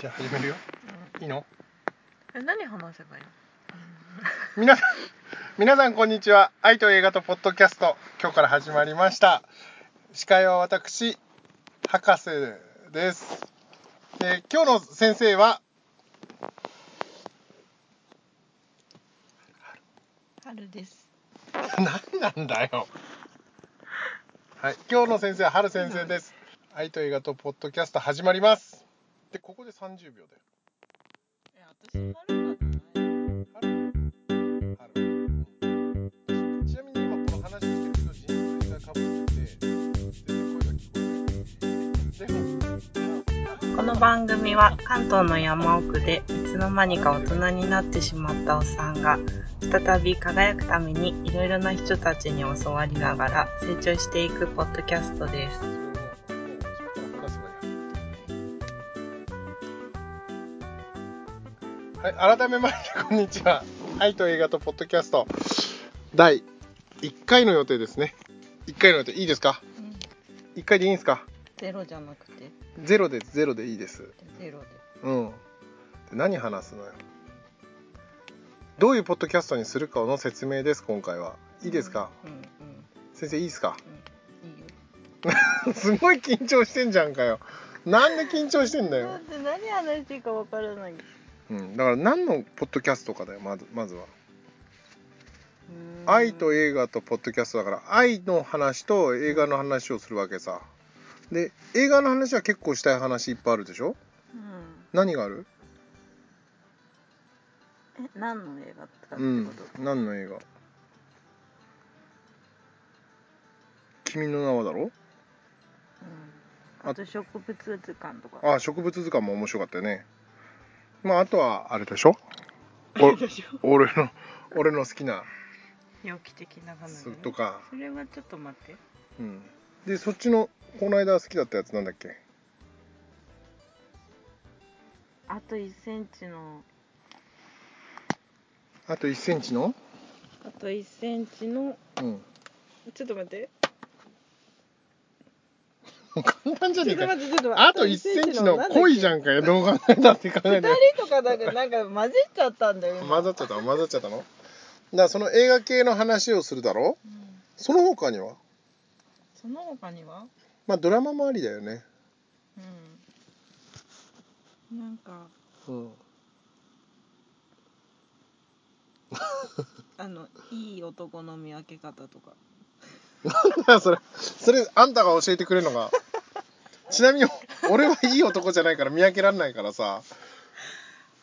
じゃあ始めるよ。いいのえ何話せばいいの皆さん、皆さんこんにちは。愛と映画とポッドキャスト、今日から始まりました。司会は私、博士です。で今日の先生は、春です何なんだよ。はい、今日の先生は春先生です。愛と映画とポッドキャスト始まります。で、ここで30秒で。え私春だないあるちなみに今この話してるけど人生がかぶってて全然声が聞こえないでもこの番組は関東の山奥でいつの間にか大人になってしまったおっさんが再び輝くためにいろいろな人たちに教わりながら成長していくポッドキャストですそれももうそこから話せばいいやはい改めましてこんにちは愛と映画とポッドキャスト第1回の予定ですね1回の予定いいですかうん1回でいいんですかゼロじゃなくてゼロでゼロでいいですゼロでうん。何話すのよ。どういうポッドキャストにするかの説明です、今回は。いいですか、うんうん先生、いいですか いいよすごい緊張してんじゃんかよ。なんで緊張してんだよ。って何話していいかわからないうん。だから何のポッドキャストかだよ、まずまずは。愛と映画とポッドキャストだから、愛の話と映画の話をするわけさ。で、映画の話は結構したい話いっぱいあるでしょうん何があるえ何の映画とかってこと、うん。何の映画君の名はだろうんあと植物図鑑とかあ植物図鑑も面白かったよねまああとはあれでしょ お俺の俺の好きな猟奇的な花ねすとか、それはちょっと待ってうん、でそっちのこの間好きだったやつなんだっけあと1センチのあと1センチのあと1センチのうんちょっと待って簡単じゃちねょえっかと待ってちょっと待ってあと1センチのなんだっけ濃いじゃんかよ動画 だって考え二て人とかなんかなんか混じっちゃったんだよ今混ざっちゃった混ざっちゃったのだからその映画系の話をするだろうんその他にはその他にはまあドラマもありだよねうんなんかうんあのいい男の見分け方と かそれそれあんたが教えてくれるのがちなみに俺はいい男じゃないから見分けられないからさ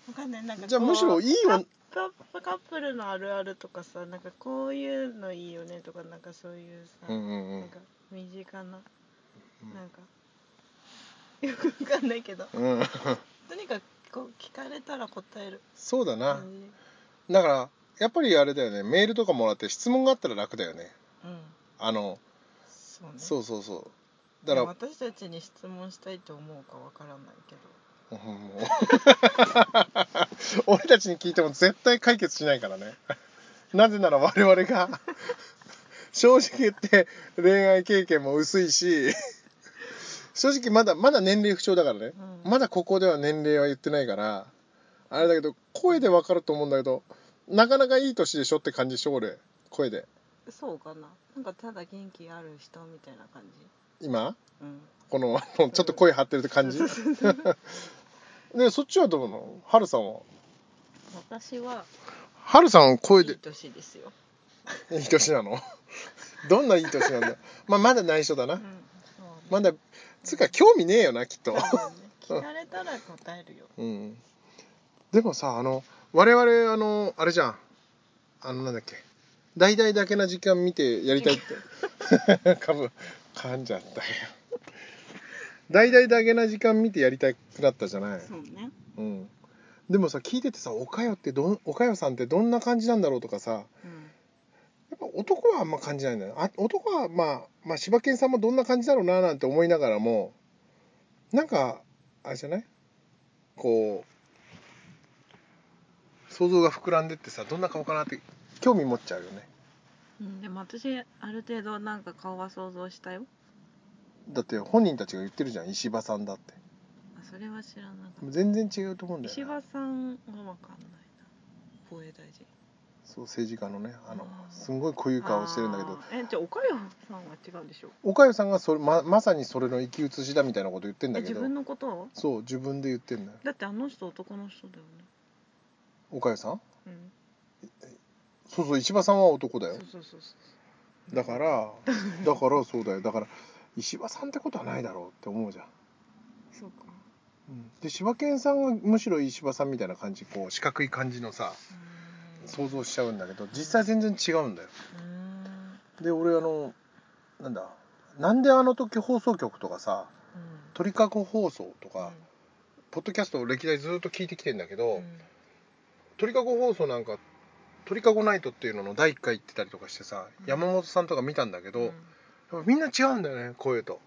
わかんないなんかこうじゃあむしろいいカよップカップルのあるあるとかさなんかこういうのいいよねとかなんかそういうさ、うんうんうなんんか身近な、んなんか よくわかんないけどうんとにかくこう聞かれたら答えるそうだな感じだからやっぱりあれだよねメールとかもらって質問があったら楽だよねうんあのそうねそうそうそうだでもから私たちに質問したいと思うかわからないけどうんもう俺たちに聞いても絶対解決しないからねなぜなら我々が正直言って恋愛経験も薄いし正直まだまだ年齢不調だからね、うんまだここでは年齢は言ってないからあれだけど声でわかると思うんだけどなかなかいい年でしょって感じでしょ俺声でそうかななんかただ元気ある人みたいな感じ今うんこのあのちょっと声張ってるって 感じでそっちはどうなのハルさんは私はハルさんはい声でい年ですよ、 いい年なのどんないい年なんだまあまだ内緒だうなんそうまだつうか興味ねえよなきっと多分ね聞かれたら答えるようんでもさあの我々あのあれじゃんあのなんだっけ大々だけな時間見てやりたいって 株噛んじゃったよ大々だけな時間見てやりたくなったじゃない、そうねうん、でもさ聞いててさおかよってどんおかよさんってどんな感じなんだろうとかさうんやっぱ男はあんま感じないんだよあ男はまあ、まあ、柴犬さんもどんな感じだろうななんて思いながらもなんかあれじゃないこう想像が膨らんでってさどんな顔かなって興味持っちゃうよねうん、でも私ある程度なんか顔は想像したよだって本人たちが言ってるじゃん石破さんだってあそそれは知らなかった全然違うと思うんだ石よ、ね破、さんはわかんないな防衛大臣そう政治家のねあのあーすごい濃い顔してるんだけどあーえじゃあ岡山さんは違うでしょ岡谷さんがそれままさにそれの生き写しだみたいなこと言ってんえだけ自ど分のことをそう自分で言ってんだよだってあの人男の人だよ岡谷さんねそうそう石破さんは男だうんよそうそうそうそだからだからそうだよだから石破さんってことはないだろうって思うじゃん、うそうかうん、で柴犬さんがむしろ石破さんみたいな感じこう四角い感じのさうーん想像しちゃうんだけど実際全然違うんだようーんで俺あのなんだなんであの時放送局とかさうん鳥かご放送とか、うポッドキャストを歴代ずっと聞いてきてんだけど、んうん鳥かご放送なんか鳥かごナイトっていうのの第1回行ってたりとかしてさ、うん山本さんとか見たんだけど、うやんっぱみんな違うんだよね声と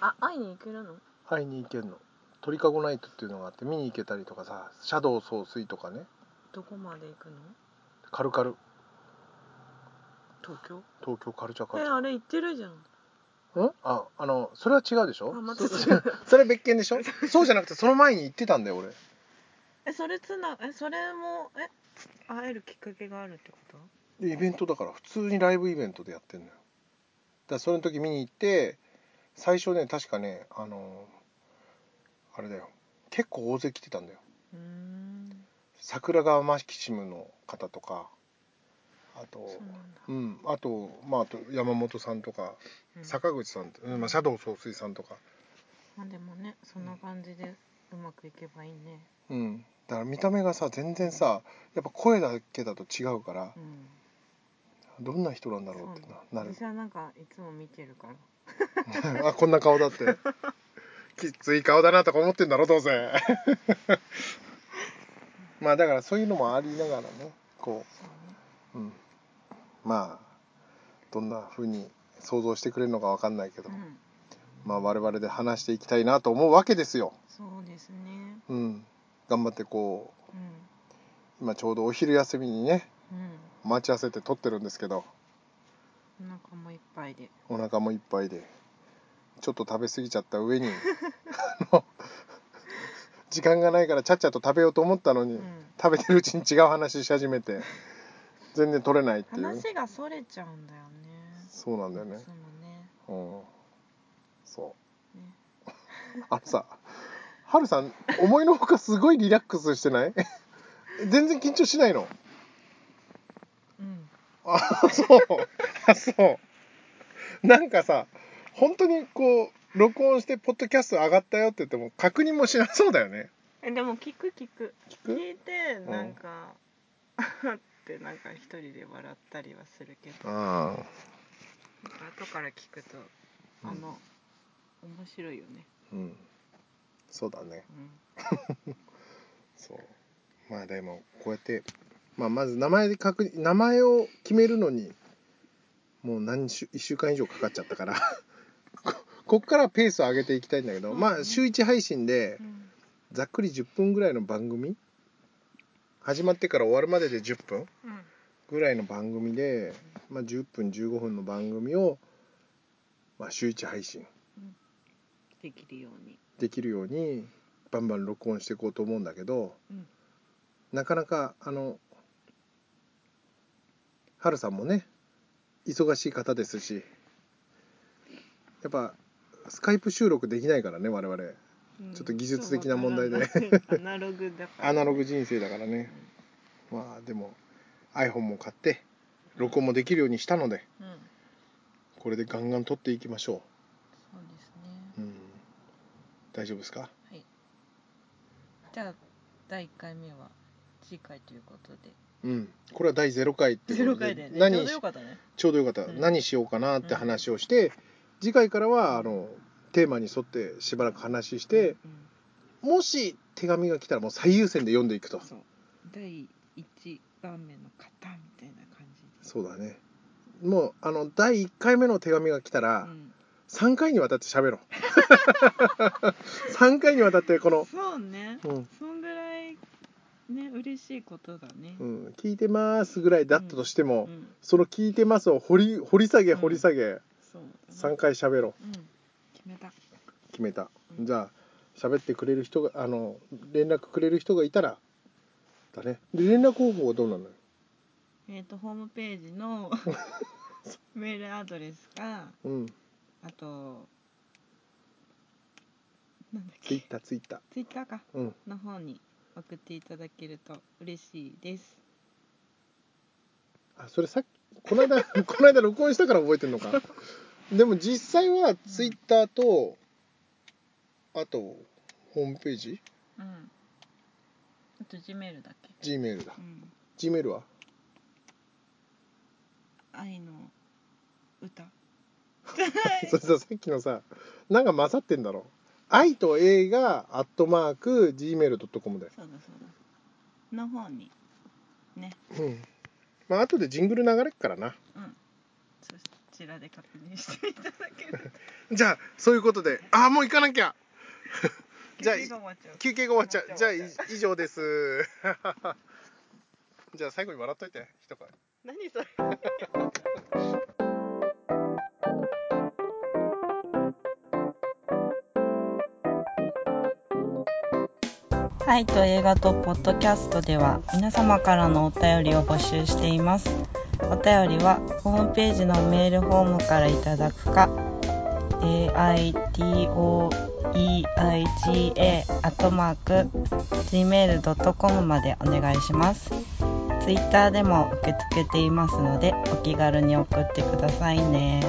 あ会いに行けるの会いに行けるの鳥かごナイトっていうのがあって見に行けたりとかさシャドウ総帥とかねどこまで行くのカルカル東京東京カルチャーカえルチあれ行ってるじゃんャーんああのそれは違うでしょあまたそ 違う それは別件でしょそうじゃなくてその前に行ってたんだよ俺えそれつなえそれもえ会えるきっかけがあるってことでイベントだから普通にライブイベントでやってんのよだからそれの時見に行って最初ね確かねあのあれだよ結構大勢来てたんだようーん桜川マキシムの方とかあとそうなんだうんあとまああと山本さんとかうん坂口さんと、うんまあ、シャドウ総帥さんとかまあでもねそんな感じでうまくいけばいいねうんだから見た目がさ全然さやっぱ声だけだと違うからうんどんな人なんだろそううってなななのる私はなんかいつも見てるか らあこんな顔だってきつい顔だなとか思ってんだろどうせ まあだからそういうのもありながらねこそうねう、うん、まあどんな風に想像してくれるのかわかんないけど、うんまあ我々で話していきたいなと思うわけですよ、そうですねうん、頑張ってこううん今ちょうどお昼休みにねう待ち合わせて撮ってるんですけどんお腹もいっぱいでお腹もいっぱいでちょっと食べ過ぎちゃった 上にあの時間がないからちゃっちゃと食べようと思ったのに、うん食べてるうちに違う話し始めて全然取れないっていう話がそれちゃうんだよねそうなんだよねいつもねうんそう、ねあのさはるさん思いのほかすごいリラックスしてない 全然緊張しないのうんあそうあそうなんかさ本当にこう録音してポッドキャスト上がったよって言っても確認もしなそうだよねえでも聞く聞く聞く聞いてんなんか、 ってなんか一人で笑ったりはするけどあ後から聞くとあの、面白いよねうんそうだねうんそうまあでもこうやって、まあ、まず名前で確認名前を決めるのにもう何週1週間以上かかっちゃったからここっからペースを上げていきたいんだけど、うんまあ週1配信でうんざっくり10分ぐらいの番組始まってから終わるまでで10分うんぐらいの番組で、まあ、10分15分の番組を、まあ、週1配信できるようにできるようにバンバン録音していこうと思うんだけど、うんなかなかあのハルさんもね忙しい方ですしやっぱスカイプ収録できないからね我々うんちょっと技術的な問題でわからないアナログだからアナログ人生だからねまあでも iPhone も買って録音もできるようにしたのでうんそうこれでガンガン撮っていきましょですねう、うん、大丈夫ですかじゃあ第一回目は次回ということでうん、これは第0回ってゼこロとで回でねちょ何うどしよかったねちょうどよかった、うん何しようかなって話をして、次回からはあのテーマに沿ってしばらく話して、うんもし手紙が来たらもう最優先で読んでいくとそう第一番目の方みたいな感じでそうだねもうあの第1回目の手紙が来たら、ん、 3回にわたって喋ろう3回にわたってこのそうね「うん、そんぐらいね嬉しいことだね、うん、聞いてます」ぐらいだったとしても、うん、その「聞いてます」を掘り掘り下げうん掘り下げ、そうだね3回喋ろううん決めた決めた、うんじゃあ喋ってくれる人があの連絡くれる人がいたらだねで連絡方法はどうなのよえっ、とホームページ のメールアドレスかうんあとなんだっツイけッターツイッターツイッターかうんの方に送っていただけると嬉しいですあそれさっきこの間 この間録音したから覚えてんのかでも実際はツイッターとあとホームページうんあと G メールだっけ G メールだうん G メールは 愛の歌それささっきのさなんか勝ってんだろ愛と A がアットマーク Gmail.com でそうだそうだの方にうんまああとでジングル流れっからなそちらで確認していただける じゃあそういうことでああもう行かなきゃじゃあ結構終わっちゃう休憩が終わっちゃうじゃあい以上です じゃあ最後に笑っといて一声何それ愛と映画とポッドキャストでは皆様からのお便りを募集していますお便りはホームページのメールフォームからいただくか aitoeiga.gmail.com までお願いしますツイッターでも受け付けていますのでお気軽に送ってくださいね